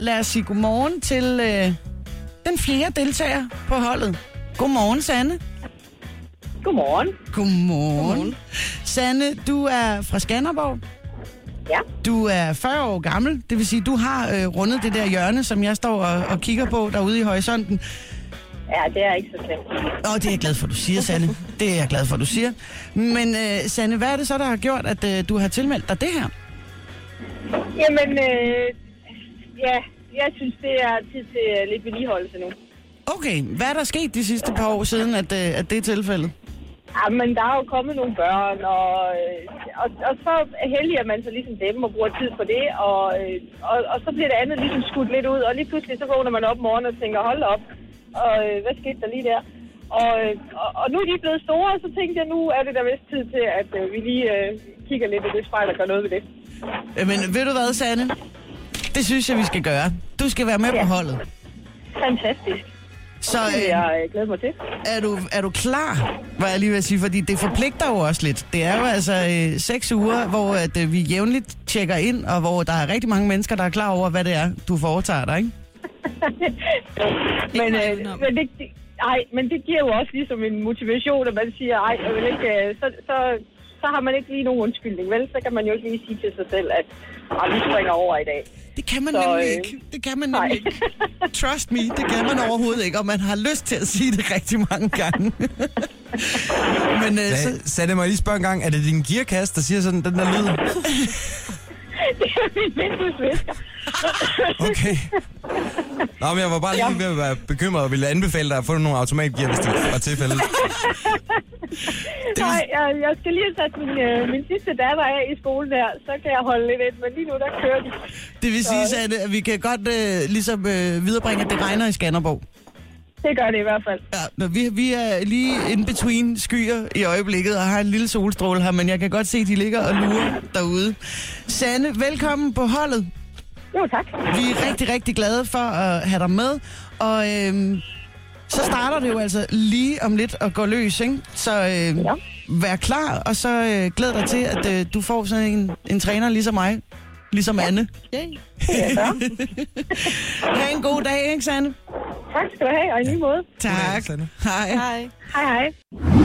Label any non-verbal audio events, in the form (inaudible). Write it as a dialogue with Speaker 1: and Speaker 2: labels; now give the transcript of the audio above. Speaker 1: Lad os sige godmorgen til øh, den fjerde deltager på holdet. Godmorgen, Sanne.
Speaker 2: Godmorgen.
Speaker 1: Godmorgen. godmorgen. Sanne, du er fra Skanderborg.
Speaker 2: Ja,
Speaker 1: Du er 40 år gammel, det vil sige, du har øh, rundet det der hjørne, som jeg står og, og kigger på derude i horisonten.
Speaker 2: ja det er ikke så slemt.
Speaker 1: Åh, det er jeg glad for, du siger, (laughs) Sanne. Det er jeg glad for, du siger. Men øh, Sanne, hvad er det så, der har gjort, at øh, du har tilmeldt dig det her?
Speaker 2: Jamen, øh, ja, jeg synes, det er tid til øh, lidt vedligeholdelse nu.
Speaker 1: Okay, hvad er der sket de sidste par år siden, at, øh, at det er tilfældet?
Speaker 2: Jamen, der er jo kommet nogle børn, og, øh, og, og så heldiger man så ligesom dem og bruger tid på det, og, øh, og, og så bliver det andet ligesom skudt lidt ud, og lige pludselig så vågner man op om morgenen og tænker, hold da op, og øh, hvad skete der lige der? Og, øh, og, og nu er de blevet store, og så tænkte jeg, nu er det der vist tid til, at øh, vi lige øh, kigger lidt i det spejl og gør noget ved det.
Speaker 1: Øh, Men ved du hvad, Sanne? Det synes jeg, vi skal gøre. Du skal være med på
Speaker 2: Ja.
Speaker 1: holdet.
Speaker 2: Fantastisk.
Speaker 1: Så
Speaker 2: Det vil
Speaker 1: øh,
Speaker 2: jeg øh, glæde mig til.
Speaker 1: er, du, er du klar, var jeg lige ved at sige, fordi det forpligter jo også lidt. Det er jo altså øh, seks uger, hvor at, øh, vi jævnligt tjekker ind, og hvor der er rigtig mange mennesker, der er klar over, hvad det er, du foretager dig, ikke?
Speaker 2: men,
Speaker 3: meget
Speaker 2: øh,
Speaker 3: udenom.
Speaker 2: men det, det, ej, men det giver jo også ligesom en motivation, at man siger, ej, jeg vil ikke, øh, så, så, så har man ikke lige nogen undskyldning, vel? Så kan man jo ikke lige sige til sig selv, at "Ej, vi springer over i dag.
Speaker 1: Det kan man
Speaker 2: Så,
Speaker 1: nemlig
Speaker 2: øh,
Speaker 1: ikke. Det kan man
Speaker 2: nej.
Speaker 1: nemlig ikke. Trust me, det kan man overhovedet ikke, og man har lyst til at sige det rigtig mange gange. (laughs) Men øh, så,
Speaker 4: Hvad, Sanne, må jeg lige spørge en gang, er det din gearkasse, der siger sådan den der lyd?
Speaker 2: (laughs) Det er min vinduesvisker.
Speaker 4: Okay. Nå, men jeg var bare lige ved at være bekymret og ville anbefale dig at få nogle automatgear, hvis det var tilfældet.
Speaker 2: Nej, jeg, jeg skal lige have sat min, øh, min sidste datter af i skolen her, så kan jeg holde lidt ind, men lige nu der kører de.
Speaker 1: det vil sige, Sanne, at vi kan godt øh, ligesom øh, viderebringe, at det regner i Skanderborg.
Speaker 2: Det gør det i hvert fald.
Speaker 1: Ja, når vi, vi er lige in between skyer i øjeblikket og har en lille solstråle her, men jeg kan godt se, at de ligger og lurer derude. Sanne, velkommen på holdet.
Speaker 2: Jo, tak.
Speaker 1: Vi er rigtig, rigtig glade for at have dig med, og øhm, så starter det jo altså lige om lidt at gå løs, ikke? Så øhm,
Speaker 2: Ja.
Speaker 1: vær klar, og så øh, glæd dig til, at øh, du får sådan en, en træner ligesom mig, ligesom Anne.
Speaker 3: Yay.
Speaker 1: (laughs) Ha' en god dag, ikke Sanne?
Speaker 2: Tak skal du have, og i lige måde.
Speaker 1: Tak.
Speaker 4: Sanne.
Speaker 1: Hej.
Speaker 3: Hej.
Speaker 2: Hej hej.